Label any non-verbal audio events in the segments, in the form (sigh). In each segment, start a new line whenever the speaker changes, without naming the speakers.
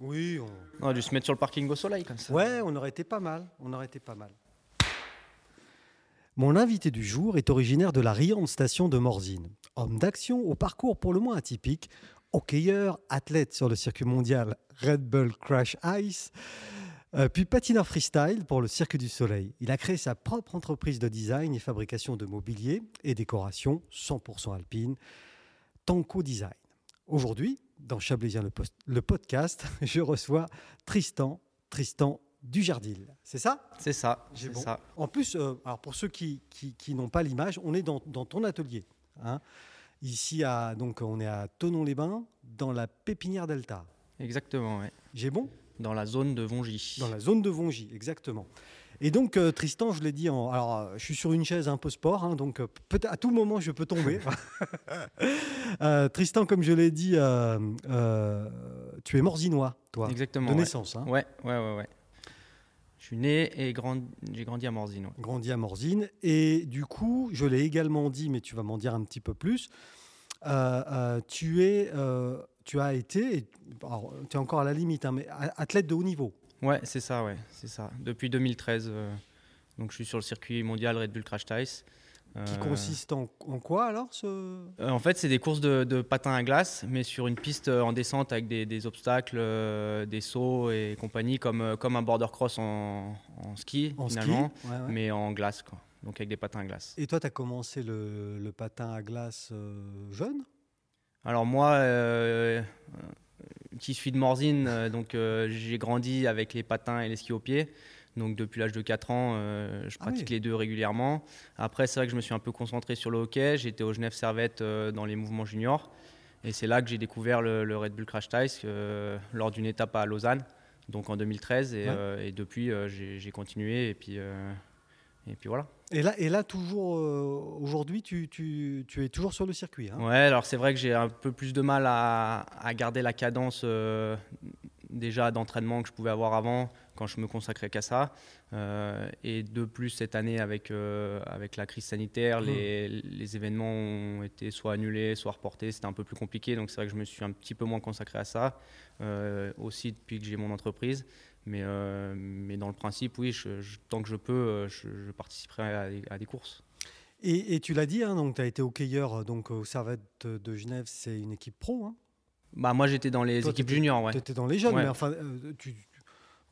Oui, on...
On a dû se mettre sur le parking au soleil comme ça.
ouais, on aurait été pas mal. On aurait été pas mal. Mon invité du jour est originaire de la riante station de Morzine. Homme d'action au parcours pour le moins atypique, hockeyeur, athlète sur le circuit mondial Red Bull Crash Ice, euh, puis patineur freestyle pour le Cirque du Soleil. Il a créé sa propre entreprise de design et fabrication de mobilier et décoration 100% alpine, Tanko Design. Aujourd'hui, dans Chablaisien le, post- le podcast, (laughs) je reçois Tristan, Tristan Dujardil. C'est ça
C'est ça.
J'ai
c'est
bon.
ça.
en plus, euh, alors pour ceux qui, qui- qui n'ont pas l'image, on est dans, dans ton atelier. hein. Ici, à, donc, on est à Tonon-les-Bains, dans la pépinière Delta.
Exactement, ouais.
J'ai bon
Dans la zone de Vongy.
Dans la zone de Vongy, exactement. Et donc, euh, Tristan, je l'ai dit, en, alors, euh, je suis sur une chaise un peu sport, hein, donc euh, peut- à tout moment, je peux
(laughs)
tomber. (laughs) Euh, Tristan, comme je l'ai dit, euh, euh, tu es morzinois, toi,
Exactement.
de
ouais.
naissance. hein.
Ouais, ouais, ouais, ouais. Je suis né et grand- j'ai grandi à Morzine. ouais.
grandi à Morzine. Et du coup, je l'ai également dit, mais tu vas m'en dire un petit peu plus. euh, euh, tu es, euh, tu as été, et- alors, tu es encore à la limite, hein, mais a- athlète de haut niveau.
Ouais, c'est ça, ouais, c'est ça. Depuis 2013, euh, donc je suis sur le circuit mondial Red Bull Crash Ice. Euh,
Qui consiste en, en quoi alors ce
euh, En fait, c'est des courses de, de patins à glace, mais sur une piste euh, en descente avec des, des obstacles, euh, des sauts et compagnie, comme, euh, comme un border cross en, en ski,
en ski
finalement,
Ouais, ouais.
mais en glace, quoi. Donc avec des patins à glace.
Et toi, tu as commencé le, le patin à glace euh, jeune
Alors moi, euh, euh, qui suis de Morzine, euh, donc euh, j'ai grandi avec les patins et les skis au pied. Donc depuis l'âge de 4 ans, euh, je
Ah
pratique
oui.
les deux régulièrement. Après, c'est vrai que je me suis un peu concentré sur le hockey. J'étais au Genève Servette euh, dans les mouvements juniors. Et c'est là que j'ai découvert le, le Red Bull Crash Ice euh, lors d'une étape à Lausanne, donc en 2013. Et,
Ouais.
euh, et depuis, euh, j'ai j'ai continué. Et puis, euh, et puis voilà.
et là, et là, toujours euh, aujourd'hui, tu, tu- tu es toujours sur le circuit. hein.
Ouais, alors c'est vrai que j'ai un peu plus de mal à, à garder la cadence euh, déjà d'entraînement que je pouvais avoir avant quand je me consacrais qu'à ça. Euh, et de plus, cette année, avec, euh, avec la crise sanitaire,
Mmh.
les, les événements ont été soit annulés, soit reportés. C'était un peu plus compliqué, donc c'est vrai que je me suis un petit peu moins consacré à ça, euh, aussi depuis que j'ai mon entreprise. Mais, euh, mais dans le principe, oui, je- je- tant que je peux, euh, je, je participerai à des- à des courses.
Et, et tu l'as dit, hein, donc tu as été hockeyeur euh, donc, au Servette de Genève, c'est une équipe pro. hein.
Bah, moi, j'étais dans les
Toi,
équipes
t'étais-
juniors, ouais.
Tu étais dans les jeunes,
Ouais.
mais enfin, euh, tu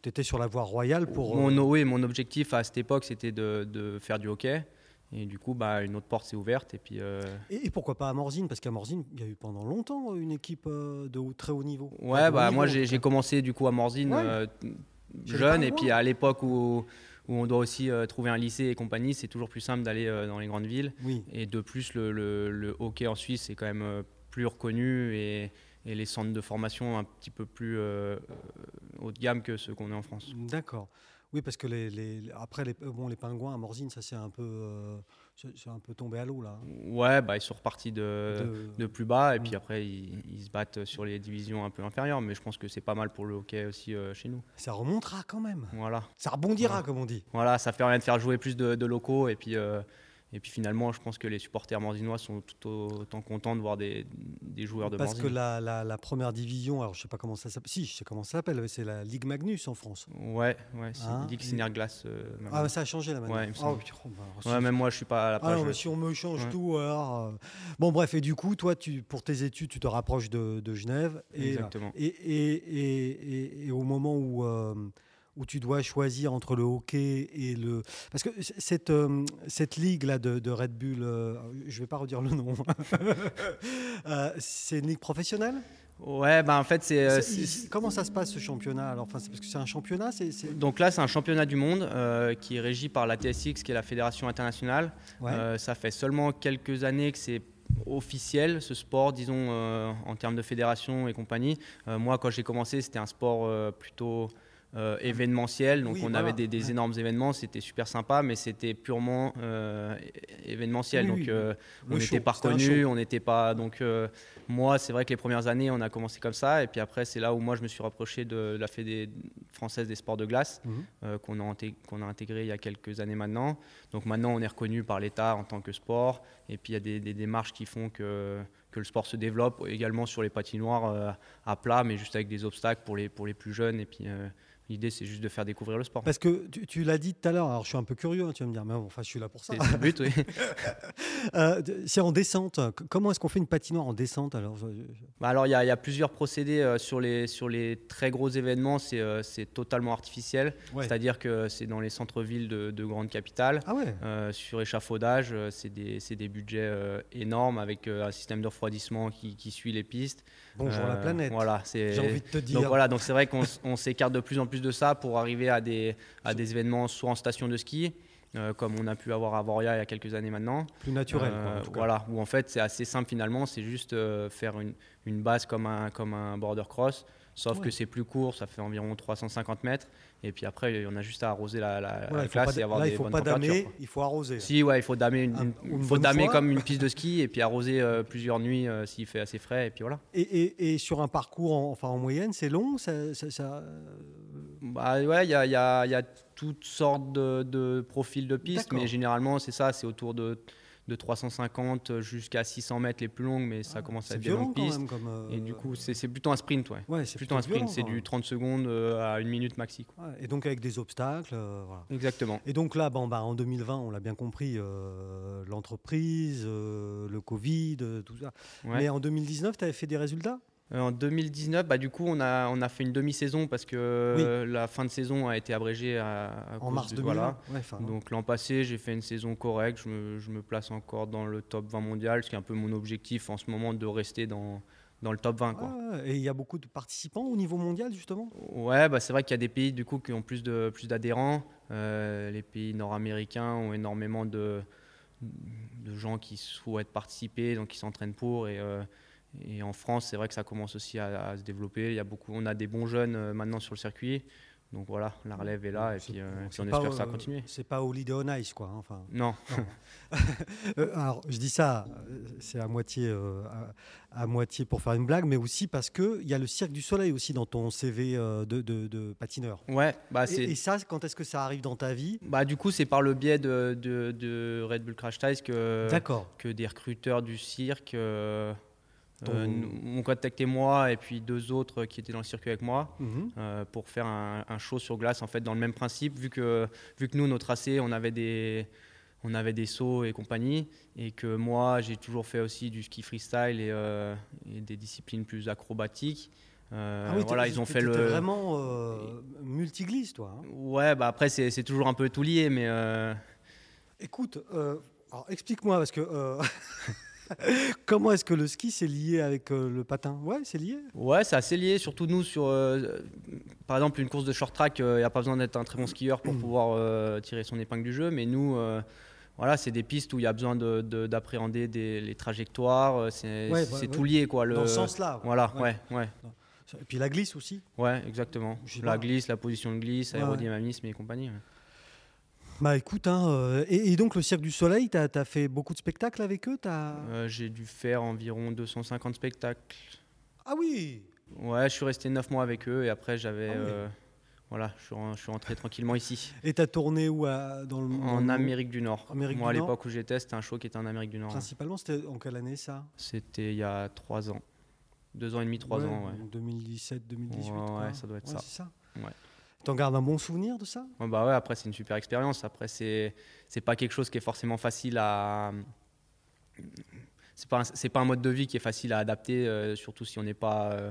étais sur la voie royale pour. euh,
Mon, oui, mon objectif à cette époque, c'était de, de faire du hockey. Et du coup, bah, une autre porte s'est ouverte. Et puis, euh,
et, et pourquoi pas à Morzine Parce qu'à Morzine, il y a eu pendant longtemps une équipe euh, de haut- très haut niveau.
ouais,
Enfin, de haut
bah,
niveau,
moi,
en
j'ai
tout
j'ai
cas.
commencé du coup à Morzine
Ouais.
euh, t-
J'allais
jeune.
pas
Et puis,
loin.
à l'époque où, où on doit aussi euh, trouver un lycée et compagnie, c'est toujours plus simple d'aller euh, dans les grandes villes.
Oui,
Et de plus, le, le- le hockey en Suisse est quand même euh, plus reconnu et, et les centres de formation un petit peu plus euh, euh, haut de gamme que ceux qu'on est en France.
d'accord. Oui, parce que les, les- après, les, euh, bon, les pingouins à Morzine, ça c'est un peu, euh, c'est c'est un peu tombé à l'eau là. hein.
Ouais, bah, ils sont repartis
De-
Euh, de plus bas et
Ouais.
puis après ils, ils se battent sur les divisions un peu inférieures mais je pense que c'est pas mal pour le hockey aussi euh, chez nous
Ça remontera quand même.
voilà
Ça rebondira,
Ouais.
comme on dit.
voilà ça fait rien de faire jouer plus de, de locaux et puis euh, et puis finalement je pense que les supporters morzinois sont tout autant contents de voir des, des joueurs de
Parce que
Morzine
la, la- la première division, alors je sais pas comment ça s'appelle. Si, je sais comment ça s'appelle. C'est la Ligue Magnus en France.
ouais ouais c'est
Hein,
Ligue
et-
Synerglace, euh, maintenant.
Ah, mais ça a changé la maintenant.
Ouais, il me
Ah,
semble.
putain, oh, bah, alors,
ouais
ça,
même moi je suis pas à la
Ah
page euh,
non, mais si on me change
Ouais.
tout, alors. euh, Bon, bref, et du coup, toi, tu, pour tes études, tu te rapproches de, de Genève. Et,
Exactement.
Et, et, et, et- et au moment où, euh, où tu dois choisir entre le hockey et le. Parce que c- cette, euh, cette ligue-là de, de Red Bull, euh, je vais pas redire le nom, (laughs) Euh, c'est une ligue professionnelle
ouais bah en fait c'est euh,
C'est-
c'est-
il- Comment ça se passe ce championnat alors, enfin, c'est Parce que c'est un championnat, c'est. c'est-
donc là, c'est un championnat du monde euh, qui est régi par la TSX, qui est la fédération internationale.
Ouais.
Euh, ça fait seulement quelques années que c'est officiel ce sport, disons euh, en termes de fédération et compagnie. Euh, moi, quand j'ai commencé, c'était un sport euh, plutôt euh, événementiel, donc
Oui,
on
voilà,
avait des, des
ouais.
énormes événements, c'était super sympa, mais c'était purement euh, é- événementiel.
Oui,
donc
oui,
euh,
le
on
show,
n'était pas
c'était un
reconnu,
show.
on n'était pas. Donc, euh, moi, c'est vrai que les premières années, on a commencé comme ça. Et puis après, c'est là où moi, je me suis rapproché de la fédé- française des sports de glace
Mhm.
euh, qu'on a, inté- qu'on a intégré il y a quelques années maintenant. Donc maintenant, on est reconnu par l'État en tant que sport. Et puis, il y a des, des démarches qui font que, que le sport se développe également sur les patinoires euh, à plat, mais juste avec des obstacles pour les, pour les plus jeunes. Et puis, euh, l'idée, c'est juste de faire découvrir le sport.
Parce que tu, tu l'as dit tout à l'heure, alors je suis un peu curieux, hein, tu vas me dire, mais bon, enfin, je suis là pour ça.
C'est c'est le but, oui.
Euh, de- c'est en descente. C- Comment est-ce qu'on fait une patinoire en descente alors je- je- je-
Bah alors, il y, a- il y a plusieurs procédés euh, sur, les, sur les très gros événements. C'est euh, c'est totalement artificiel. C'est-à-dire que c'est dans les centres-villes de, de grandes capitales.
Ah ouais
Euh, sur échafaudage, euh, c'est des, c'est des budgets euh, énormes avec euh, un système de refroidissement qui, qui suit les pistes.
Bonjour
Euh,
la planète.
Voilà, c'est.
J'ai envie de te dire.
Donc voilà, donc c'est vrai qu'on s- on s'écarte de plus en plus de ça pour arriver à des, à des événements soit en station de ski, euh, comme on a pu avoir à Voria il y a quelques années maintenant.
Plus naturel. quoi, en
Euh,
tout cas.
voilà, où en fait c'est assez simple finalement, c'est juste euh, faire une, une base comme un, comme un border cross, sauf
Ouais.
que c'est plus court, ça fait environ 350 mètres, et puis après on a juste à arroser la, la- la
Voilà, il faut
classe
pas-
et avoir
là,
des
il faut
bonnes
pas
températures,
damer,
quoi.
il faut arroser.
Si, ouais, il faut damer, une,
Un-
une-
une
faut
bonne
damer
fois.
comme une piste de ski et puis arroser euh, plusieurs nuits euh, s'il fait assez frais et puis voilà.
Et, et- et sur un parcours, en, enfin en moyenne, c'est long. Ça, ça- ça- euh,
Bah ouais, il y a, il y a- il y a toutes sortes de, de profils de pistes,
D'accord.
mais généralement c'est ça, c'est autour de, de 350 jusqu'à 600 mètres les plus longues, mais ça commence
Ah, c'est
à être des
violent
longues
quand
pistes.
même. Comme, euh,
Et du coup, c'est c'est plutôt un sprint, ouais.
ouais,
C'est
c'est
plutôt un sprint,
violent,
c'est
quand
du 30 secondes euh, à une minute maxi. quoi.
même. Ouais, Et donc avec des obstacles, euh, voilà.
Exactement.
Et donc là, bon, bah, en 2020, on l'a bien compris, euh, l'entreprise, euh, le Covid, euh, tout ça.
Ouais.
Mais en 2019, tu avais fait des résultats
Euh, en 2019, bah, du coup, on a, on a fait une demi-saison parce que euh, la fin de saison a été abrégée à, à
en
cause
mars
de-
2020.
voilà.
Ouais, enfin,
Donc l'an passé, j'ai fait une saison correcte. Je me, je me place encore dans le top 20 mondial, ce qui est un peu mon objectif en ce moment de rester dans, dans le top 20. Quoi.
ouais, ouais. Ah, et il y a beaucoup de participants au niveau mondial, justement
Ouais, bah c'est vrai qu'il y a des pays du coup qui ont plus de plus d'adhérents. Euh, les pays nord-américains ont énormément de, de gens qui souhaitent participer, donc qui s'entraînent pour. Et, euh, et en France, c'est vrai que ça commence aussi à, à se développer. Il y a beaucoup, on a des bons jeunes euh, maintenant sur le circuit. Donc voilà, la relève est là et
C'est-
puis, euh,
bon,
et puis
c'est
on
pas,
espère que ça
euh,
va continuer.
C'est pas Holiday on Ice, quoi. hein, Enfin,
Non,
Euh, alors, je dis ça, euh, c'est à moitié, euh, à, à moitié pour faire une blague, mais aussi parce que il y a le Cirque du Soleil aussi dans ton CV euh, de, de- de patineur.
ouais, bah
et,
c'est.
et ça, quand est-ce que ça arrive dans ta vie
Bah, du coup, c'est par le biais de, de, de Red Bull Crash Ties que,
D'accord.
que des recruteurs du cirque euh,
Ton-
euh, nous- m'ont contacté moi et puis deux autres qui étaient dans le circuit avec moi
Mhm.
euh, pour faire un, un show sur glace en fait dans le même principe vu que vu que nous nos tracés on avait des on avait des sauts et compagnie et que moi j'ai toujours fait aussi du ski freestyle et, euh, et des disciplines plus acrobatiques. Euh,
Ah oui,
voilà,
t'es-
ils ont
t'es-
fait
t'es
le
vraiment euh, multiglisse, toi. hein.
ouais bah après c'est c'est toujours un peu tout lié mais euh,
Écoute, euh, alors, explique-moi parce que. euh, (laughs) Comment est-ce que le ski c'est lié avec euh, le patin Ouais, c'est lié.
Ouais, c'est assez lié, surtout nous sur, euh, euh, par exemple, une course de short track, il n'y a pas besoin d'être un très bon skieur
Mmh.
pour pouvoir euh, tirer son épingle du jeu, mais nous, euh, voilà, c'est des pistes où il y a besoin de- de- d'appréhender des- les trajectoires, euh, c'est
Ouais,
c'est
bah, ouais.
tout lié, quoi. Le,
Dans ce sens-là.
Voilà,
Ouais.
ouais, ouais,
Et puis la glisse aussi.
ouais, exactement.
Je sais
La
pas.
glisse, la position de glisse,
Ouais, ouais.
aérodynamisme et compagnie. ouais.
Bah écoute, hein, euh, et, et donc le Cirque du Soleil, t'as as fait beaucoup de spectacles avec eux t'as-
Euh, J'ai dû faire environ 250 spectacles.
Ah oui
Ouais, je suis resté 9 mois avec eux et après, j'avais.
Ah ouais.
euh, voilà, je suis, ren- je suis rentré tranquillement ici.
Et t'as tourné où à- dans le dans le
En
monde
Amérique du Nord.
Amérique
Moi,
du
à
Nord.
l'époque où j'étais, c'était un show qui était en Amérique du Nord. hein.
Principalement, c'était en quelle année ça
C'était il y a trois ans. Deux ans et demi, trois
Ouais,
ans, ouais.
donc 2017, 2018.
Ouais,
quoi.
ouais, ça doit être ça.
C'est ça.
Ouais.
T'en gardes un bon souvenir de ça
Ouais, bah ouais, après, c'est une super expérience. Après, c'est c'est pas quelque chose qui est forcément facile à. C'est pas, un- c'est pas un mode de vie qui est facile à adapter, euh, surtout si on n'est pas euh,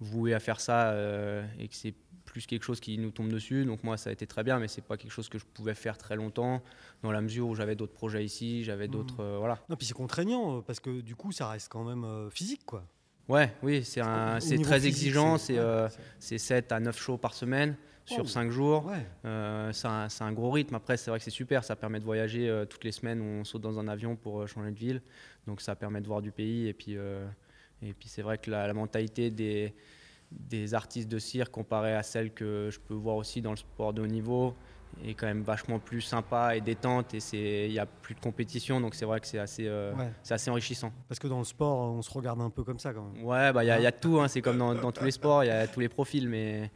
voué à faire ça euh, et que c'est plus quelque chose qui nous tombe dessus. Donc, moi, ça a été très bien, mais c'est pas quelque chose que je pouvais faire très longtemps dans la mesure où j'avais d'autres projets ici, j'avais
Mhm.
d'autres. euh, voilà.
Non, puis c'est contraignant euh, parce que du coup, ça reste quand même euh, physique, quoi.
Ouais, oui, c'est un-
Au
c'est
niveau
très
physique,
exigeant. C'est
ouais, Oh.
euh,
c'est-
c'est 7 à 9 shows par semaine
Wow.
sur 5 jours.
ouais.
Euh, c'est un, c'est un gros rythme. Après, c'est vrai que c'est super. Ça permet de voyager euh, toutes les semaines. On saute dans un avion pour euh, changer de ville. Donc, ça permet de voir du pays. Et puis, euh, et puis c'est vrai que la, la mentalité des, des artistes de cirque comparée à celle que je peux voir aussi dans le sport de haut niveau est quand même vachement plus sympa et détente. Et c'est- il n'y a plus de compétition. Donc, c'est vrai que c'est assez, euh,
Ouais.
c'est assez enrichissant.
Parce que dans le sport, on se regarde un peu comme ça quand même.
Ouais, bah il y, a- il y a tout, hein, c'est comme dans, dans tous les sports, il y a tous les profils, mais,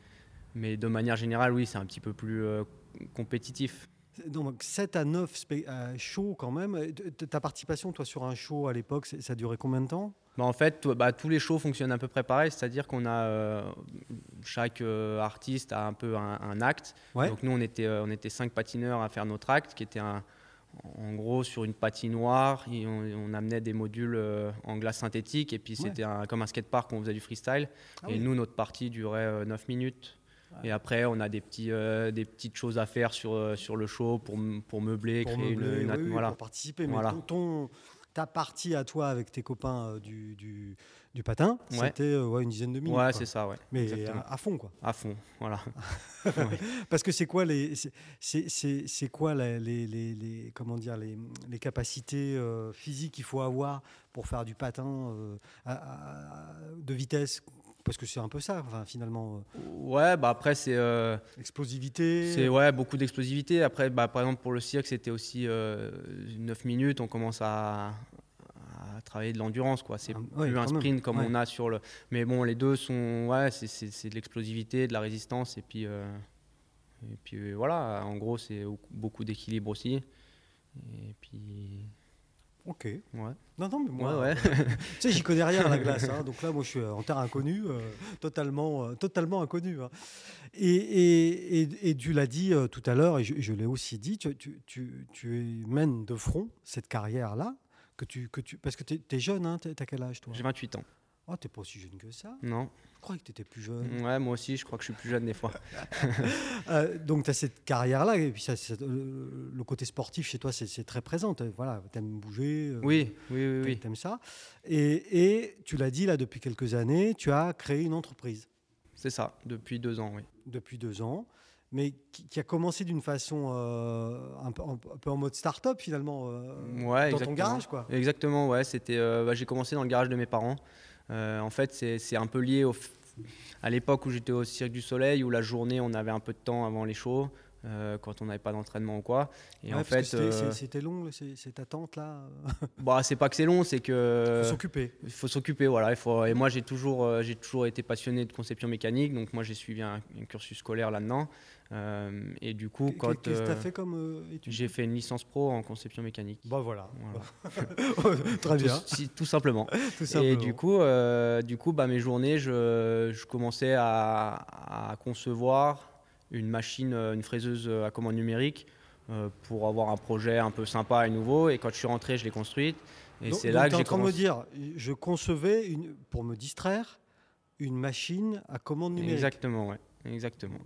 Mais de manière générale, oui, c'est un petit peu plus euh, compétitif.
Donc 7 à 9 euh, shows quand même. Ta participation, toi, sur un show à l'époque, ça durait combien de temps
bah En fait, bah, tous les shows fonctionnent à peu près pareil, c'est-à-dire qu'on a euh, chaque euh, artiste a un peu un, un acte.
Ouais.
Donc nous, on était, euh, on était cinq patineurs à faire notre acte, qui était un, en gros sur une patinoire. Et on, on amenait des modules euh, en glace synthétique, et puis
Ouais.
c'était un- comme un skatepark où on faisait du freestyle.
Ah
et
oui.
nous, notre partie durait 9 minutes. Et après, on a des, petits, euh, des petites choses à faire sur, euh, sur le show pour, m- pour meubler,
pour
créer une-
meubler,
une,
oui,
atmo-
oui,
voilà.
pour participer. Mais
Voilà.
ton, ton- ta partie à toi avec tes copains euh, du, du, du patin,
Ouais.
c'était euh, ouais, une dizaine de minutes.
Ouais,
quoi.
c'est ça, ouais.
Mais euh,
exactement.
à, à fond, quoi.
À fond, voilà.
Parce que c'est quoi les, c'est- c'est- c'est c'est quoi la- les, les, les- comment dire, les, les capacités euh, physiques qu'il faut avoir pour faire du patin euh, à- à- de vitesse Parce que c'est un peu ça, enfin, finalement,
Ouais, bah après, c'est euh,
euh, explosivité.
c'est, ouais, beaucoup d'explosivité. Après, bah, par exemple, pour le cirque, c'était aussi 9 minutes. On commence à, à travailler de l'endurance, quoi. C'est
Ah,
plus
ouais,
un
quand même,
sprint comme
ouais.
on a sur le. Mais bon, les deux sont. Ouais, c'est, c'est- c'est de l'explosivité, de la résistance. Et puis, euh, et puis euh, voilà, en gros, c'est au- beaucoup d'équilibre aussi. Et puis,
Ok.
ouais.
Non, non, mais moi,
ouais, ouais.
Tu sais, j'y connais rien à la glace. hein. Donc là, moi, je suis euh, en terre inconnue, euh, totalement, euh, totalement inconnue. hein. Et, et- et- et tu l'as dit euh, tout à l'heure, et je, je l'ai aussi dit, tu, tu- tu- tu mènes de front cette carrière-là. Que tu, que tu, parce que tu es, jeune, hein, t'es- t'as quel âge toi
(laughs) J'ai 28 ans.
Oh, t'es pas aussi jeune que ça.
Non.
Je croyais que t'étais plus jeune.
Ouais, moi aussi, je crois que je suis plus jeune des fois.
Euh, donc t'as cette carrière-là, et puis ça, c'est- euh, le côté sportif chez toi, c'est c'est très présent. T'as- Voilà, t'aimes bouger. euh,
Oui, oui, oui. oui.
T'a- T'aimes ça. Et, et tu l'as dit là depuis quelques années, tu as créé une entreprise
C'est ça, depuis deux ans, oui.
depuis deux ans, mais qui, qui a commencé d'une façon euh, un, peu, un peu en mode start-up finalement, euh,
Ouais,
dans ton
exactement.
garage quoi.
Exactement, ouais. C'était, euh, bah, j'ai commencé dans le garage de mes parents. Euh, en fait, c'est, c'est un peu lié au f- à l'époque où j'étais au Cirque du Soleil, où la journée, on avait un peu de temps avant les shows, euh, quand on n'avait pas d'entraînement ou quoi. Et
Ouais,
en
parce que
fait,
c'était- c'est-
euh,
c'était long, le- c'est- cette attente là.
bah, c'est pas que c'est long, c'est que.
faut s'occuper.
Il faut s'occuper, voilà. Il faut... Et moi, j'ai toujours, euh, j'ai toujours été passionné de conception mécanique, donc moi, j'ai suivi un, un cursus scolaire là-dedans. Euh, et du coup,
Qu'est-
quand
Qu'est-ce que
euh,
t'as fait comme euh, étude
j'ai fait une licence pro en conception mécanique,
Bah voilà.
Voilà.
(laughs) Très
Tout-
bien.
si- tout simplement.
Tout
Et
simplement.
du coup, euh, du coup bah, mes journées, je, je commençais à, à concevoir une machine, euh, une fraiseuse à commande numérique euh, pour avoir un projet un peu sympa et nouveau. Et quand je suis rentré, je l'ai construite. Et
Donc-
c'est
donc
là
t'es
que
en
j'ai
train de me
commencé.
dire, je concevais une, pour me distraire une machine à commande numérique.
Exactement, ouais. Exactement.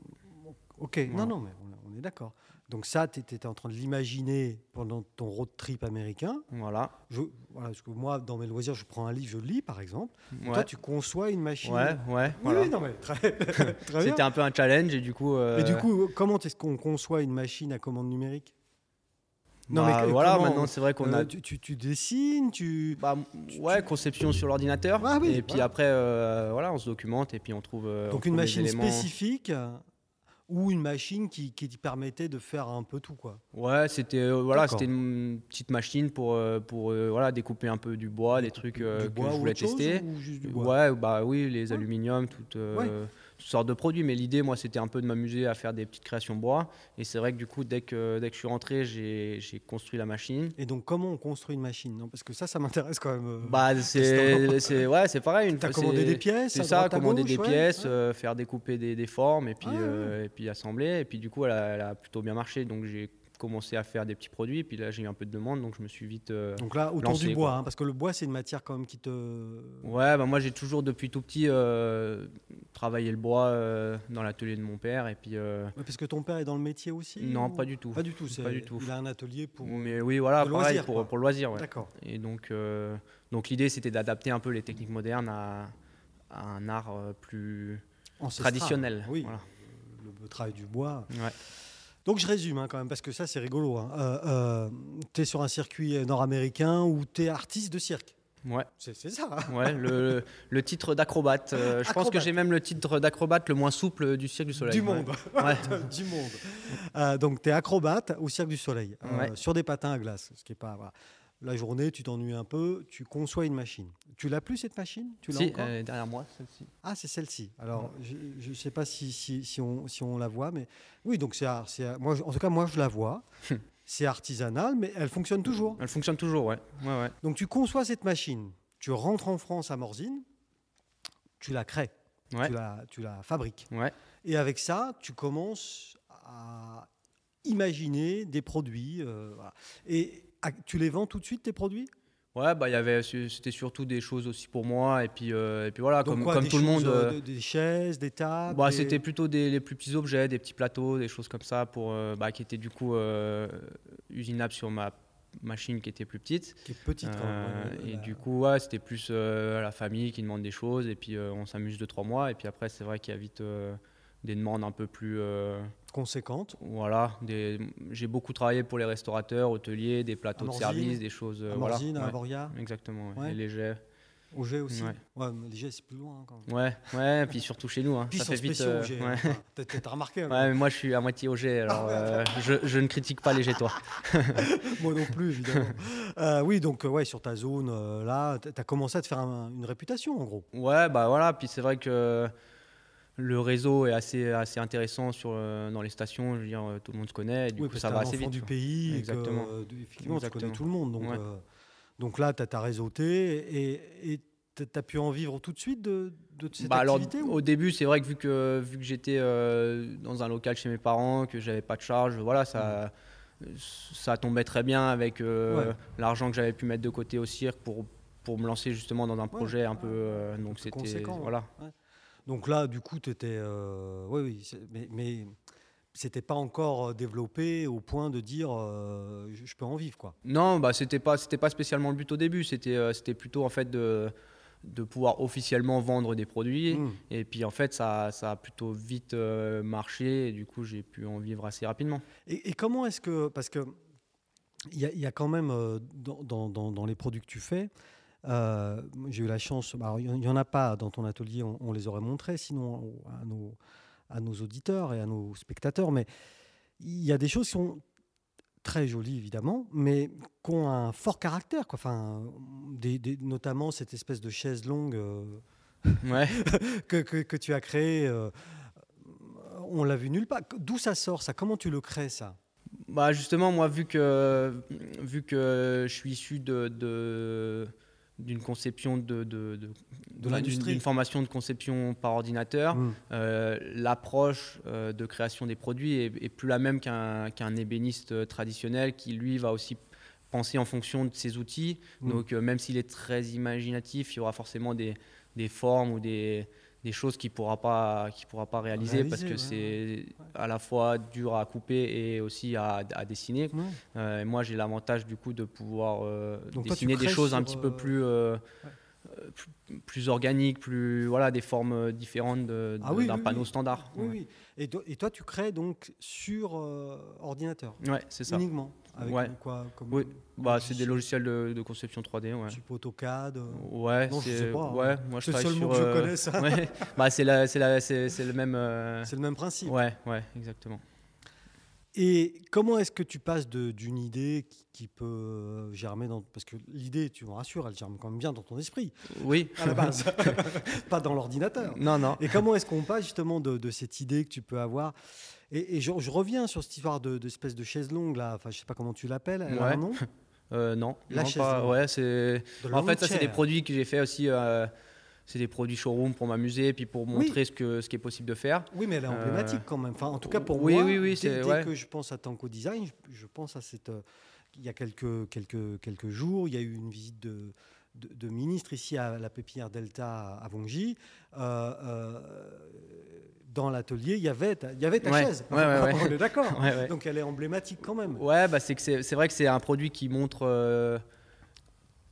Ok, non,
Voilà.
non, mais on, on est d'accord. Donc ça, tu étais en train de l'imaginer pendant ton road trip américain.
Voilà.
Je, voilà, parce que moi, dans mes loisirs, je prends un livre, je le lis, par exemple.
Ouais,
Toi, tu conçois une machine.
ouais,
Oui,
ouais, voilà.
oui, non, mais très, (laughs) très bien.
C'était un peu un challenge et du coup.
Mais du
euh,
coup, comment est-ce qu'on conçoit une machine à commande numérique non,
bah,
mais que-
voilà,
comment-
maintenant c'est vrai qu'on
Euh,
a
tu, tu- tu dessines, tu...
Bah, m- ouais, conception sur l'ordinateur.
Ah oui,
et puis
voilà.
après, euh, voilà, on se documente et puis on trouve. euh, on
Donc
trouve
une
les
machine
éléments.
spécifique euh, ou une machine qui, qui te permettait de faire un peu tout, quoi.
Ouais, c'était euh, voilà,
D'accord.
c'était une petite machine pour euh, pour euh, voilà découper un peu du bois, des trucs euh,
du bois
que je
ou
voulais
autre chose,
tester.
ou juste du bois
Ouais, bah oui, les
Ouais.
aluminiums, toutes, euh, toutes sortes de produits. Mais l'idée, moi, c'était un peu de m'amuser à faire des petites créations bois. Et c'est vrai que du coup, dès que dès que je suis rentré, j'ai j'ai construit la machine.
Et donc, comment on construit une machine non Parce que ça, ça m'intéresse quand même. euh. (laughs)
Bah c'est c'est- ouais, c'est pareil. une
T'as
fois,
commandé
c'est-
des pièces à
C'est ça,
droite, à
commander
gauche,
des
ouais,
pièces,
ouais.
euh, faire découper des, des formes et puis,
Ah, ouais,
euh, et puis assembler. Et puis du coup, elle a, elle a plutôt bien marché. Donc j'ai commencé à faire des petits produits. Puis là, j'ai eu un peu de demande, donc je me suis vite. euh,
Donc là, autour
lancé,
du bois,
quoi.
hein, parce que le bois, c'est une matière quand même qui te.
Ouais, bah moi j'ai toujours depuis tout petit euh, travaillé le bois euh, dans l'atelier de mon père. Et puis euh,
Ouais, Parce que ton père est dans le métier aussi
non,
ou-
pas du tout.
Pas du tout. c'est-
Pas du tout.
Il a un atelier pour.
Mais oui, voilà,
de
pareil
loisir,
pour,
quoi.
pour le loisir. ouais.
D'accord.
Et donc, euh, donc l'idée c'était d'adapter un peu les techniques modernes à, à un art euh, plus
Ancestral.
traditionnel.
Oui.
voilà.
Le, le travail du bois.
Ouais.
Donc je résume hein, quand même, parce que ça, c'est rigolo. Hein. tu es sur un circuit nord-américain ou tu es artiste de cirque.
Ouais.
C'est c'est ça. hein.
Ouais, le, le titre d'acrobate. Euh, je pense que
Acrobate.
j'ai même le titre d'acrobate le moins souple du Cirque du Soleil.
du
Ouais.
monde.
(laughs) Ouais.
(laughs) du monde. Euh, donc, tu es acrobate au Cirque du Soleil, euh,
Ouais.
sur des patins à glace, ce qui est pas. voilà. la journée, tu t'ennuies un peu, tu conçois une machine. Tu l'as plus cette machine Tu l'as
Si,
encore
euh, derrière moi, celle-ci.
Ah, c'est celle-ci. Alors, je ne sais pas si, si, si on, si on la voit, mais oui, donc c'est. ar- c'est ar- Moi, je- en tout cas, moi, je la vois.
Hmm.
c'est artisanal, mais elle fonctionne toujours.
Elle fonctionne toujours, ouais. ouais, ouais.
Donc, tu conçois cette machine, tu rentres en France à Morzine, tu la crées,
Ouais.
tu, la, tu la fabriques.
Ouais.
Et avec ça, tu commences à imaginer des produits. euh, voilà. Et à- tu les vends tout de suite, tes produits
Ouais, bah, il y avait, c'était surtout des choses aussi pour moi. Et puis, euh, et puis voilà,
Donc
comme,
quoi,
comme
des
tout le
choses,
monde.
euh,
euh,
de- Des chaises, des tables
bah,
des-
C'était plutôt des les plus petits objets, des petits plateaux, des choses comme ça, pour, euh, bah, qui étaient du coup euh, usinables sur ma machine qui était plus petite.
qui est petite quand
Euh,
même.
et
La-
du coup, ouais, c'était plus euh, la famille qui demande des choses. Et puis, euh, on s'amuse deux, trois mois. Et puis après, c'est vrai qu'il y a vite euh, des demandes un peu plus. euh,
Conséquente.
Voilà, des- j'ai beaucoup travaillé pour les restaurateurs, hôteliers, des plateaux
À
de
Morzine,
service, des choses. euh,
à
voilà,
Morzine, à
ouais,
Aboria,
Exactement, ouais,
Ouais.
les légers.
au Jet aussi.
Ouais.
Ouais, mais les Jets, c'est plus loin hein, quand même.
Ouais, ouais, et puis surtout chez nous, hein,
Puis ils
ça
sont
fait vite.
spéciaux
euh,
au Jet,
ouais.
hein. Ah T'as- T'as remarqué hein,
Ouais, mais moi je suis à moitié au jet, alors euh, je, je ne critique pas les jetois.
Moi non plus,
(laughs)
évidemment. Euh, oui, donc euh, ouais, sur ta zone, euh, là, t- t'as commencé à te faire un- une réputation, en gros.
Ouais, bah voilà, puis c'est vrai que le réseau est assez, assez intéressant sur, euh, dans les stations, je veux dire, euh, tout le monde se connaît, et du
oui,
coup
parce
ça
que t'es
va
un
assez
enfant
vite.
du
quoi.
pays. et que,
Exactement.
euh, tu- effectivement, tu
Exactement.
connais tout le monde. Donc,
Ouais.
euh, donc là, t'as ta réseauté et et t'as- t'as pu en vivre tout de suite de, de cette
Bah alors,
activité ou-
au début, c'est vrai que vu que, vu que j'étais euh, dans un local chez mes parents, que j'avais pas de charge, voilà, ça, ça tombait très bien avec euh,
Mm. Ouais.
l'argent que j'avais pu mettre de côté au cirque pour, pour me lancer justement dans un projet un peu. euh, donc
peu
c'était.
conséquent, ouais.
Voilà.
Donc là, du coup, tu étais. oui, oui, c'est- mais, mais c'était pas encore euh, développé au point de dire euh, je, je peux en vivre, quoi.
Non, bah, c'était pas, c'était pas spécialement le but au début, c'était euh, c'était plutôt en fait de, de pouvoir officiellement vendre des produits.
Mm.
Et puis en fait, ça, ça a plutôt vite euh, marché et du coup, j'ai pu en vivre assez rapidement.
Et, et comment est-ce que. Parce que. Il y, a- il y a quand même, euh, dans, dans- dans- dans les produits que tu fais, euh, moi, j'ai eu la chance, bah, alors, il n'y en a pas dans ton atelier, on, on les aurait montrés sinon on- à nos, à nos auditeurs et à nos spectateurs, mais il y a des choses qui sont très jolies évidemment, mais qui ont un fort caractère, quoi. Enfin, des- des- notamment cette espèce de chaise longue. euh,
Ouais.
que, que- que tu as créé, euh, on l'a vu nulle part. D'où ça sort ça Comment tu le crées ça
Bah justement, moi, vu que, vu que je suis issu de, de- d'une conception de, de, de-
De l'industrie.
d'une formation de conception par ordinateur,
Mm.
euh, l'approche euh, de création des produits est, est plus la même qu'un, qu'un ébéniste euh, traditionnel qui, lui, va aussi penser en fonction de ses outils.
Mm.
Donc, euh, même s'il est très imaginatif, il y aura forcément des, des formes ou des, des choses qu'il ne pourra, pas- qu'il pourra pas réaliser, parce que
Réaliser,
c'est à la fois dur à couper et aussi à, à dessiner.
Ouais.
Euh, et moi, j'ai l'avantage du coup de pouvoir euh,
Donc toi, tu
dessiner des
crées
choses un
sur,
petit
euh,
peu plus, euh,
ouais.
euh, plus, plus organiques, plus voilà, des formes euh, différentes de-
Ah
de-
oui,
d'un
oui,
panneau
oui.
standard.
Oui,
ouais.
oui. Et, to- et toi, tu crées donc sur euh, ordinateur
Ouais, c'est ça.
uniquement avec
Ouais.
quoi comme
Oui. Bah, c'est des
logiciels
logiciels de, de conception 3D, ouais.
type AutoCAD. euh,
Ouais,
Non, je
c'est-
sais pas, hein.
ouais, moi je
C'est le
travaille
seul mot
sur.
que je
euh,
connais, ça.
(laughs) ouais. bah, c'est la- c'est la- c'est- c'est le même. euh,
C'est le même principe.
Ouais, ouais, exactement.
Et comment est-ce que tu passes de- d'une idée qui, qui peut euh, germer dans... Parce que l'idée, tu me rassures, elle germe quand même bien dans ton esprit,
Oui.
à Ah, la base, (laughs) pas dans l'ordinateur.
(laughs) non, non.
Et comment est-ce qu'on passe justement de, de cette idée que tu peux avoir Et, et je, je reviens sur cette histoire de- d'espèce de, chaise longue, là, enfin, je sais pas comment tu l'appelles, elle a
Ouais.
un
(laughs)
nom
Euh, non.
La
non,
chaise, hein.
pas-
non.
Ouais, c'est.
De
En fait, ça,
lawn
c'est des
chair.
produits que j'ai fait aussi. euh, c'est des produits showroom pour m'amuser et puis pour
Oui.
montrer ce, que, ce qui est possible de faire.
Oui, mais elle est emblématique
Euh,
quand même. Enfin, en tout cas, pour
oui,
moi,
oui, oui,
dès,
c'est-
dès
ouais.
que je pense à Tanko Design, je, je pense à cette. euh, il y a quelques, quelques, quelques jours, il y a eu une visite de, de, de ministre ici à la pépinière Delta à Vongy. Euh, euh, dans l'atelier, il y avait ta, il y avait ta
Ouais,
chaise.
ouais, ouais, ouais.
(laughs) On est d'accord.
Ouais, ouais.
Donc elle est emblématique quand même.
Ouais, bah, c'est que c'est c'est vrai que c'est un produit qui montre euh,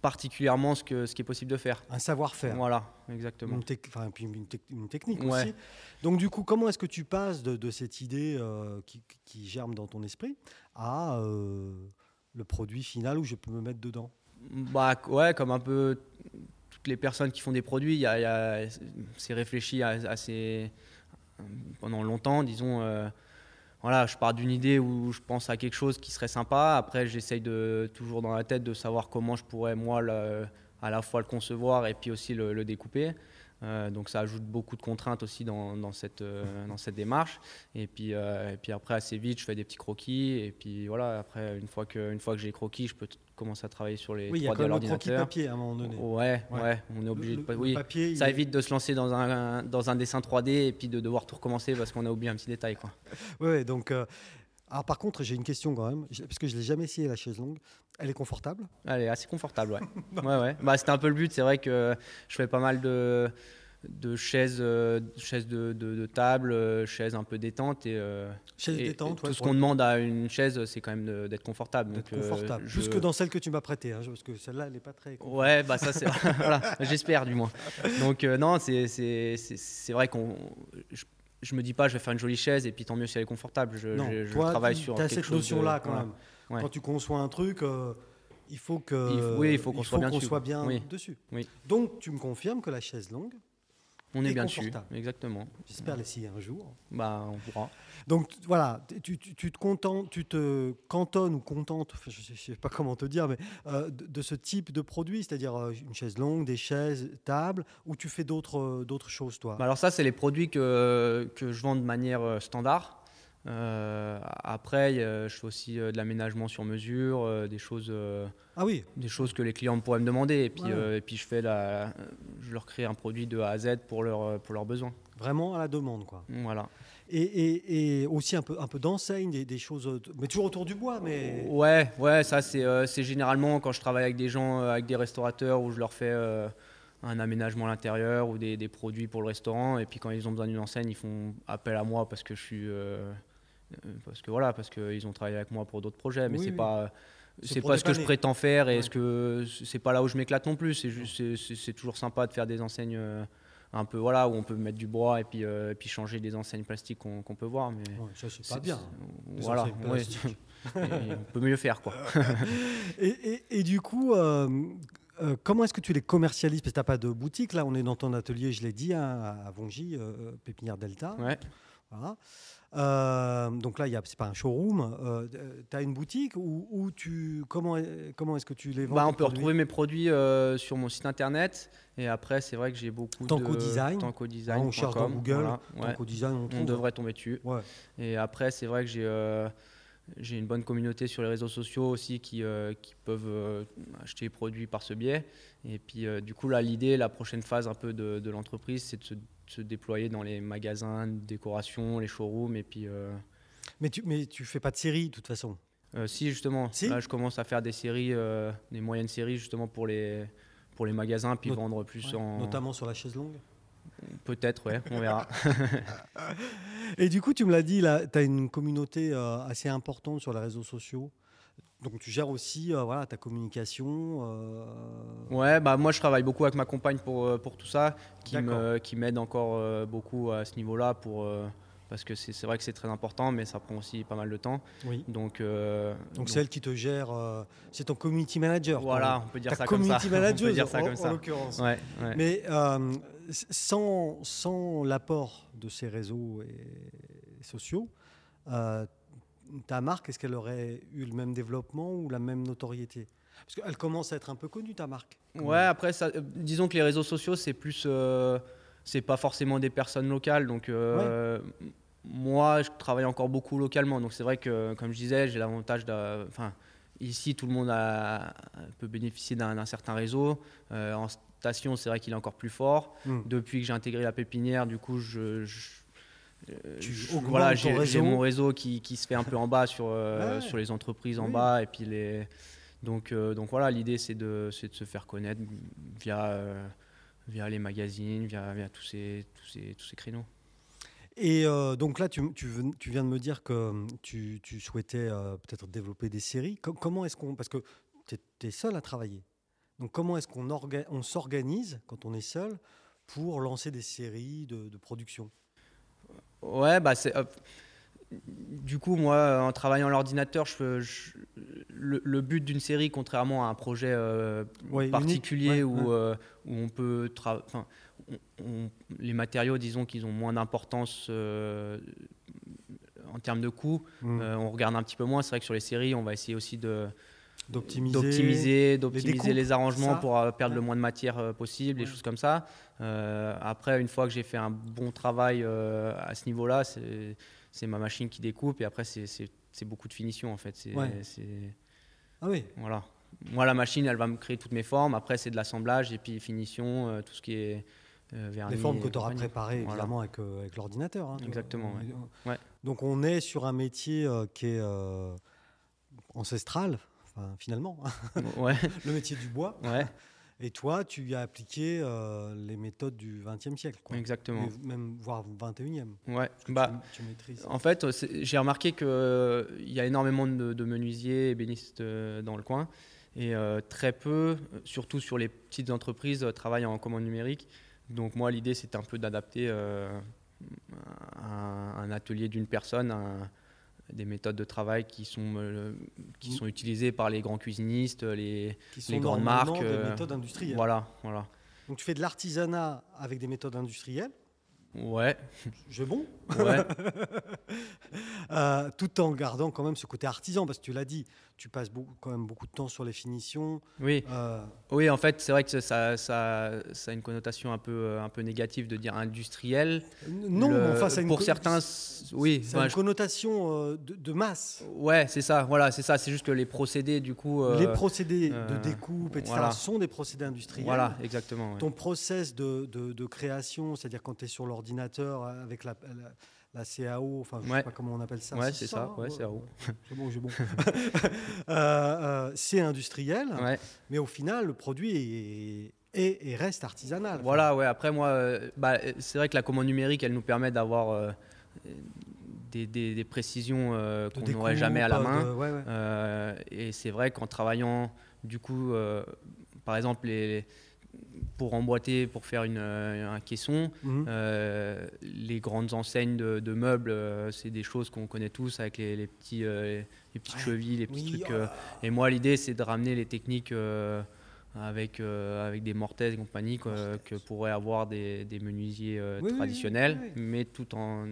particulièrement ce, que, ce qui est possible de faire. Mm.
Un savoir-faire.
Voilà, exactement.
Une tec- enfin, puis une, tec- une technique
Ouais.
aussi. Donc du coup, comment est-ce que tu passes de, de cette idée euh, qui, qui germe dans ton esprit à euh, le produit final où je peux me mettre dedans
Bah c- ouais, comme un peu toutes les personnes qui font des produits, il y a- il y a- c'est réfléchi à- assez pendant longtemps, disons. euh, voilà, je pars d'une idée où je pense à quelque chose qui serait sympa. Après, j'essaye de toujours dans la tête de savoir comment je pourrais moi le, à la fois le concevoir et puis aussi le, le découper. Euh, donc ça ajoute beaucoup de contraintes aussi dans, dans cette, euh, dans cette démarche. Et puis, euh, et puis après, assez vite, je fais des petits croquis. Et puis voilà, après, une fois que, une fois que j'ai croquis, je peux t- commencer à travailler sur les
Oui, il y a
3D
quand
à
même le croquis
l'ordinateur.
papier à un moment donné.
Ouais,
Ouais.
ouais, on est obligé
Le-
de. pas-
le- le
Oui,
papier,
ça
il-
évite de se lancer dans un, dans un dessin 3D et puis de devoir tout recommencer parce qu'on a oublié un petit détail. Quoi.
Ouais, ouais, donc. euh, alors par contre, j'ai une question quand même, j'ai- parce que je l'ai jamais essayé la chaise longue. Elle est confortable
Elle est assez confortable, ouais.
(laughs)
ouais, ouais. Bah, c'était un peu le but, c'est vrai que je fais pas mal de, de chaises, euh, chaises de, de, de table, euh, chaises un peu détente et, euh,
Chaise
et- et
détente,
tout
ouais,
ce
pour-
qu'on demande à une chaise, c'est quand même de- d'être confortable.
d'être
Donc, euh,
confortable.
je-
Plus que dans celle que tu m'as prêtée, hein, je- parce que celle-là, elle n'est pas très.
Ouais, bah ça c'est. voilà, j'espère du moins. Donc euh, non, c'est- c'est c'est- c'est vrai qu'on. Je, je me dis pas, je vais faire une jolie chaise et puis tant mieux si elle est confortable. Je,
non,
je- je
toi,
travaille
tu
sur.
as
quelque
cette
chose de-
notion-là quand
voilà.
même.
Ouais.
Quand tu conçois un truc, euh, il faut que.
Il faut- oui, il faut qu'on soit bien dessus,
soit
quoi.
bien
Oui.
dessus.
Oui.
Donc tu me confirmes que la chaise longue,
On est
et
bien dessus.
confortable.
Exactement.
j'espère l'essayer un jour.
Bah on pourra.
Donc t- voilà, t- tu, tu- tu te contentes, tu te cantonnes ou contentes, enfin, je ne sais pas comment te dire, mais euh, de, de ce type de produit, c'est-à-dire euh, une chaise longue, des chaises, table, ou tu fais d'autres euh, d'autres choses toi.
Bah alors ça, c'est les produits que, que je vends de manière euh, standard. Euh, après, euh, je fais aussi euh, de l'aménagement sur mesure, euh, des choses, euh,
ah oui,
des choses que les clients pourraient me demander. Et puis,
Ouais.
euh, et puis je fais la, euh, je leur crée un produit de A à Z pour leurs euh, pour leurs besoins.
vraiment à la demande quoi.
Voilà.
Et, et- et aussi un peu un peu d'enseigne, des, des choses, euh, mais toujours autour du bois, mais.
Ouais, ouais, ça c'est euh, c'est généralement quand je travaille avec des gens, euh, avec des restaurateurs, où je leur fais euh, un aménagement à l'intérieur ou des, des produits pour le restaurant. Et puis quand ils ont besoin d'une enseigne, ils font appel à moi parce que je suis, euh, euh, parce que voilà, parce qu'ils ont travaillé avec moi pour d'autres projets. Mais
Oui,
c'est
oui.
pas euh,
C'est
c'est
pour
pas ce que je
dépanner.
prétends faire et
Ouais.
ce que c'est pas là où je m'éclate non plus. C'est juste c'est- c'est c'est toujours sympa de faire des enseignes. euh, un peu voilà où on peut mettre du bois et puis euh, et puis changer des enseignes plastiques qu'on qu'on peut voir mais
Ouais, ça c'est pas bien. des
voilà
enseignes
ouais.
plastiques.
Et on peut mieux faire quoi
(laughs) Euh, Et, et- et du coup, euh, euh, comment est-ce que tu les commercialises Parce que tu n'as pas de boutique. Là, on est dans ton atelier, je l'ai dit, hein, à Vongy, euh, Pépinière Delta.
ouais
Voilà. Euh, donc là, il y a- c'est pas un showroom. tu as une boutique où, où tu comment est- comment est-ce que tu les vends
Bah,
tes
on peut
produits
retrouver mes produits euh, sur mon site internet. Et après, c'est vrai que j'ai beaucoup
Tanko
de.
Design. Ah,
Tankodesign.com,
On cherche dans Google,
voilà,
donc
ouais.
au design, on, trouve.
On devrait tomber dessus.
Ouais.
Et après, c'est vrai que j'ai. euh, j'ai une bonne communauté sur les réseaux sociaux aussi qui, euh, qui peuvent euh, acheter les produits par ce biais. Et puis, euh, du coup, là, l'idée, la prochaine phase un peu de, de l'entreprise, c'est de se, de se déployer dans les magasins de décoration, les showrooms. Et puis, euh,
Mais tu mais tu fais pas de série de toute façon.
euh, si, justement,
Si.
là, je commence à faire des séries, euh, des moyennes séries, justement, pour les, pour les magasins, puis
Not-
vendre plus en.
Notamment sur la chaise longue.
Peut-être, ouais, on
(laughs)
verra.
Et du coup, tu me l'as dit, là, tu as une communauté euh, assez importante sur les réseaux sociaux. Donc tu gères aussi euh, voilà, ta communication. euh,
Ouais, bah moi je travaille beaucoup avec ma compagne pour, euh, pour tout ça, qui
D'accord.
me- qui m'aide encore euh, beaucoup à ce niveau-là, pour, euh, parce que c'est c'est vrai que c'est très important, mais ça prend aussi pas mal de temps.
Oui.
Donc, euh,
Donc c'est elle qui te gère, euh, c'est ton community manager.
Voilà, on peut dire
ta
ça comme ça. (laughs)
community manager.
on peut dire ça
en,
comme
en
ça.
l'occurrence.
Ouais, ouais.
Mais euh, s- sans, sans l'apport de ces réseaux et, et sociaux, euh, ta marque, est-ce qu'elle aurait eu le même développement ou la même notoriété Parce qu'elle commence à être un peu connue, ta marque. quand
Ouais,
même.
après, ça, euh, disons que les réseaux sociaux, c'est plus. euh, c'est pas forcément des personnes locales. Donc, euh, m- moi, je travaille encore beaucoup localement. Donc, c'est vrai que, comme je disais, j'ai l'avantage d'a- Enfin, ici, tout le monde a- peut bénéficier d'un d'un certain réseau. Euh, en station, c'est vrai qu'il est encore plus fort.
Mm.
Depuis que j'ai intégré la pépinière, du coup, je. je- euh,
Tu
je-
augmentes
voilà,
ton
j'ai j'ai
réseau.
mon réseau qui, qui se fait un peu en bas sur, euh,
Ouais.
sur les entreprises en
Oui.
bas et puis les, donc, euh, donc voilà, l'idée c'est de, c'est de se faire connaître via, euh, via les magazines, via, via tous, ces, tous, ces, tous ces créneaux.
Et euh, donc là, tu, tu ven- tu viens de me dire que hum, tu, tu souhaitais euh, peut-être développer des séries. Com- comment est-ce qu'on... Parce que tu es, seul à travailler. Donc comment est-ce qu'on orga- on s'organise quand on est seul pour lancer des séries de, de production
Ouais, bah c'est. euh, du coup, moi, euh, en travaillant à l'ordinateur, je- je- le, le but d'une série, contrairement à un projet euh,
Ouais, unique, ouais,
particulier où,
ouais.
euh, où on peut. tra- enfin, on- on- les matériaux, disons qu'ils ont moins d'importance euh, en termes de coûts,
Mm.
euh, on regarde un petit peu moins. C'est vrai que sur les séries, on va essayer aussi de,
D'optimiser.
d'optimiser,
découpes,
d'optimiser les, arrangements
ça.
pour euh, perdre le
Ouais.
moins de matière euh, possible, des
Ouais.
choses comme ça. Euh, après, une fois que j'ai fait un bon travail euh, à ce niveau-là, c'est c'est ma machine qui découpe et après c'est- c'est c'est beaucoup de finition en fait. C'est
Ouais.
c'est-
Ah oui.
voilà. Moi, la machine, elle va me créer toutes mes formes. Après, c'est de l'assemblage et puis finition, euh, tout ce qui est euh, vernis.
Les formes que
et
tu auras
compagnie.
préparées
Voilà.
évidemment avec, euh, avec l'ordinateur. hein, tu vois.
Exactement, ouais.
Euh,
Ouais.
Donc on est sur un métier euh, qui est euh, ancestral, enfin, finalement, hein,
Ouais,
(laughs) le métier du bois.
ouais,
Et toi, tu y as appliqué euh, les méthodes du XXe siècle, quoi. (laughs)
exactement.
Mais Même voire XXIe.
Ouais.
que
Bah,
tu, tu maîtrises.
En fait, euh, c'est- j'ai remarqué qu'il y a énormément de, de menuisiers et bénistes euh, dans le coin. Et euh, très peu, euh, surtout sur les petites entreprises, euh, travaillent en commande numérique. Donc moi, l'idée, c'était un peu d'adapter euh, un, un atelier d'une personne, un- des méthodes de travail qui sont, euh, qui
Mm.
sont utilisées par les grands cuisinistes, euh, les,
qui sont
les grandes
normalement
marques,
des
euh,
méthodes industrielles.
voilà, voilà.
Donc tu fais de l'artisanat avec des méthodes industrielles,
Ouais,
je bon,
ouais,
(laughs) euh, tout en gardant quand même ce côté artisan, parce que tu l'as dit, tu passes beaucoup- quand même beaucoup de temps sur les finitions.
oui.
euh,
Oui, en fait, c'est vrai que ça, ça, ça a une connotation un peu, euh, un peu négative de dire industriel.
n- non,
Le-
mais enfin, ça a une
pour
co-
certains, s- oui. bah,
c'est
enfin,
une connotation euh, de, de masse.
je- ouais, c'est ça. Voilà, c'est ça. C'est juste que les procédés, du coup. euh,
les procédés de
euh,
découpe, etc.,
voilà.
sont des procédés industriels.
Voilà, exactement. ouais.
Ton process de, de- de création, c'est-à-dire quand tu es sur l'ordinateur euh, avec la, la- la CAO, enfin, je ne sais
Ouais.
pas comment on appelle ça.
Ouais, c'est ça,
hein,
ouais, CAO.
C'est bon,
(laughs)
(laughs) c'est bon. Euh, euh, c'est industriel,
Ouais.
mais au final, le produit est, est- et reste artisanal. Enfin,
Voilà, ouais. Après, moi, euh, bah, euh, c'est vrai que la commande numérique, elle nous permet d'avoir euh, des, des- des précisions euh,
de
qu'on n'aurait
découpe,
jamais à la
de-
main.
ouais, ouais.
Euh, et c'est vrai qu'en travaillant, du coup, euh, par exemple, les, pour emboîter, pour faire une, euh, un caisson,
Mhm.
euh, les grandes enseignes de, de meubles, euh, c'est des choses qu'on connaît tous avec les, les petits, euh, les petites
Ouais.
chevilles, les petits
Oui,
trucs.
oh
euh,
là
et moi, l'idée, c'est de ramener les techniques euh, avec, euh, avec des mortaises et compagnie que-
Mortaises.
que pourraient avoir des, des menuisiers euh,
Oui, oui, oui,
traditionnels,
oui, oui.
mais tout en,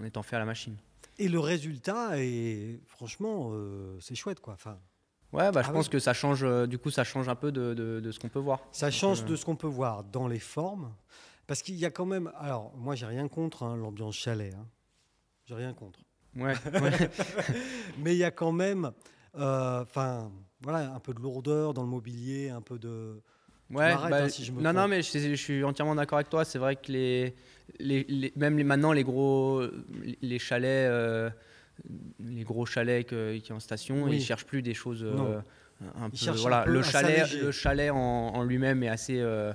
en étant fait à la machine.
Et le résultat est, franchement, euh, c'est chouette, quoi. Enfin,
Ouais, bah, je
Ah
pense
oui.
que ça change, euh, du coup, ça change un peu de, de- de ce qu'on peut voir.
Ça
Donc,
change
euh,
de ce qu'on peut voir dans les formes, parce qu'il y a quand même. Alors, moi, j'ai rien contre hein, l'ambiance chalet. hein. J'ai rien contre.
Ouais,
(laughs)
ouais,
Mais il y a quand même, euh, enfin, voilà, un peu de lourdeur dans le mobilier, un peu de.
ouais, bah,
m'arrêtes, hein, si je me
non, non,
trompe.
mais je, je suis entièrement d'accord avec toi. C'est vrai que les, les, les- même les, maintenant, les gros, les chalets, euh, les gros chalets que- qui sont en station,
Oui.
ils cherchent plus des choses. euh,
Non.
un peu,
Ils cherchent un
voilà,
peu
le
à
chalet,
s'alléger.
le chalet en, en lui-même est assez, euh,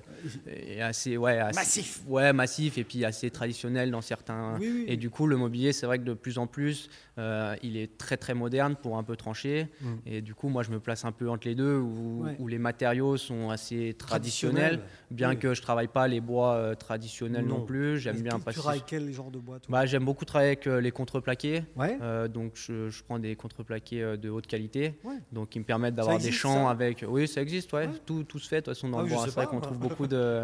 est assez, ouais, assez-
Massif.
ouais, massif, et puis assez traditionnel dans certains,
Oui, oui.
Et du coup, le mobilier, c'est vrai que de plus en plus, euh, il est très très moderne pour un peu trancher.
Mm.
Et du coup, moi, je me place un peu entre les deux, où,
Ouais.
où les matériaux sont assez
Traditionnel.
traditionnels, bien
Oui.
que je travaille pas les bois euh, traditionnels non,
Non.
plus. J'aime bien
Explique,
passer.
Tu railles quel genre de bois toi
Bah, j'aime beaucoup travailler avec euh, les contreplaqués.
Ouais.
Euh, donc, je, je prends des contreplaqués euh, de haute qualité,
Ouais.
donc qui me permettent d'avoir des
existe,
champs
ça
avec. Oui, ça existe, ouais.
Ouais.
Tout, tout se fait de toute façon dans
Ah
le
oui, je
bois.
sais
C'est vrai
pas,
qu'on
moi.
trouve beaucoup
(laughs)
de.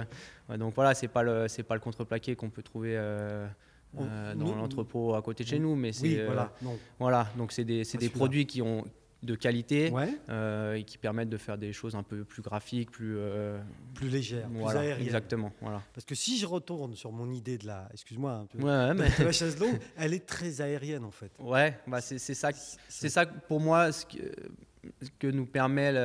Ouais, donc voilà, c'est pas le, c'est pas le contreplaqué qu'on peut trouver euh,
On-
euh,
nous-
dans l'entrepôt à côté de chez
on-
nous, mais c'est.
Oui,
euh,
voilà. Non.
voilà, donc c'est des,
Ah,
c'est des
celui-là.
produits qui ont de qualité
Ouais.
euh, et qui permettent de faire des choses un peu plus graphiques, plus. euh,
Plus légère,
voilà,
plus aérienne.
exactement. Voilà.
Parce que si je retourne sur mon idée de la, excuse-moi, hein,
Ouais, ouais, mais.
de (laughs) la chaise longue, elle est très aérienne en fait.
(laughs) Ouais, bah c'est c'est ça C'est ça, que, pour moi, ce que, ce que nous permet le-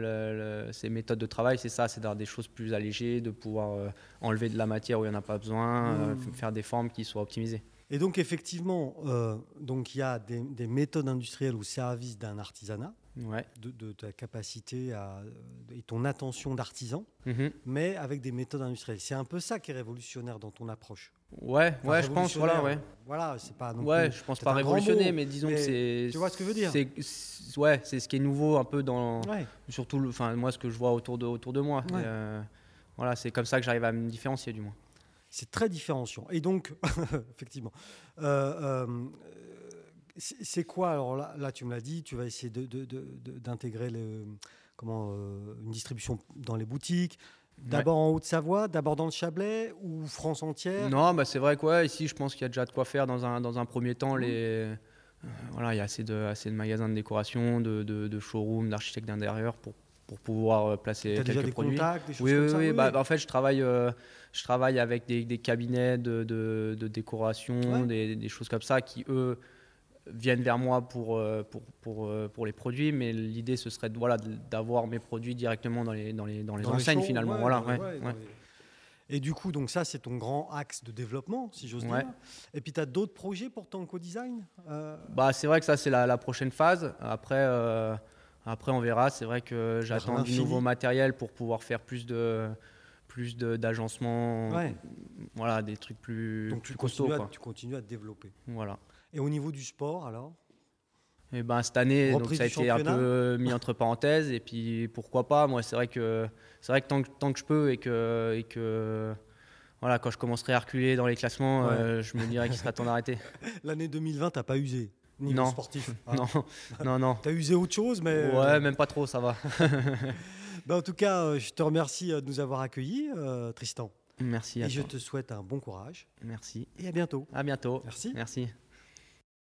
le- le- ces méthodes de travail, c'est ça, c'est d'avoir des choses plus allégées, de pouvoir euh, enlever de la matière où il n'y en a pas besoin, euh,
Mm.
f- faire des formes qui soient optimisées.
Et donc effectivement, euh, donc il y a des, des méthodes industrielles au service d'un artisanat,
Ouais.
de, de ta capacité à, et ton attention d'artisan,
Mhm.
mais avec des méthodes industrielles. C'est un peu ça qui est révolutionnaire dans ton approche.
Ouais,
Enfin,
ouais, je pense, voilà, ouais.
révolutionnaire, Voilà, c'est pas. non
Ouais,
plus-
je pense
euh, c'est
pas
un grand
révolutionner,
mot,
mais disons
mais
que c'est.
tu vois ce que je veux dire
c'est- c'est- Ouais, c'est ce qui est nouveau un peu dans.
Ouais.
Surtout, le- enfin, moi, ce que je vois autour de, autour de moi.
Ouais.
Et, euh, voilà, c'est comme ça que j'arrive à me différencier, du moins.
C'est très différenciant. Et donc, (laughs) effectivement, euh, euh, c'est c'est quoi Alors là, là, tu me l'as dit, tu vas essayer de- de- de- de- d'intégrer le- comment, euh, une distribution dans les boutiques, D'abord en Haute-Savoie, d'abord dans le Chablais ou France entière
Non, bah c'est vrai quoi. Ouais, ici, je pense qu'il y a déjà de quoi faire dans un, dans un premier temps. Les, euh, voilà, il y a assez de, assez de magasins de décoration, de, de, de showrooms, d'architectes d'intérieur pour, pour pouvoir euh, placer
T'as
quelques
déjà des
produits.
contacts, des choses
oui,
comme
oui,
ça
oui. Bah, bah, en fait, je travaille, euh, je travaille avec des, des cabinets de, de- de décoration,
Ouais.
des, des choses comme ça qui, eux, viennent vers moi pour, euh, pour, pour, euh, pour les produits. Mais l'idée, ce serait de- voilà, de- d'avoir mes produits directement dans les, dans les, dans les
Dans les
enseignes,
shows,
finalement.
ouais,
voilà,
dans les-
ouais,
ouais, dans
ouais.
les- Et du coup, donc ça, c'est ton grand axe de développement, si j'ose
Ouais.
dire. Et puis, tu as d'autres projets pour ton co-design Euh,
Bah, c'est vrai que ça, c'est la, la prochaine phase. Après, euh, après on verra. C'est vrai que j'attends du
Bah, l'infini.
nouveau matériel pour pouvoir faire plus de plus de- d'agencement,
Ouais.
voilà, des trucs plus,
Donc,
plus
tu
costauds.
continues, à,
quoi.
tu continues à te développer.
Voilà.
Et au niveau du sport, alors
Et ben cette année, donc,
Reprise
ça a
du
été un
championnat.
peu mis entre parenthèses. Et puis pourquoi pas Moi, c'est vrai que c'est vrai que tant, que tant que je peux et que et que voilà, quand je commencerai à reculer dans les classements,
Ouais.
euh, je me dirais qu'il serait temps
(laughs)
d'arrêter.
L'année 2020, t'as pas usé, niveau
Non.
sportif.
(laughs) Non, non, non.
Tu as usé autre chose, mais... euh,
Ouais, même pas trop, ça va.
Bah, en tout cas, euh, je te remercie euh, de nous avoir accueillis, euh, Tristan.
Merci à
Et je
toi.
te souhaite un bon courage
Merci.
et à bientôt.
À bientôt.
Merci.
Merci.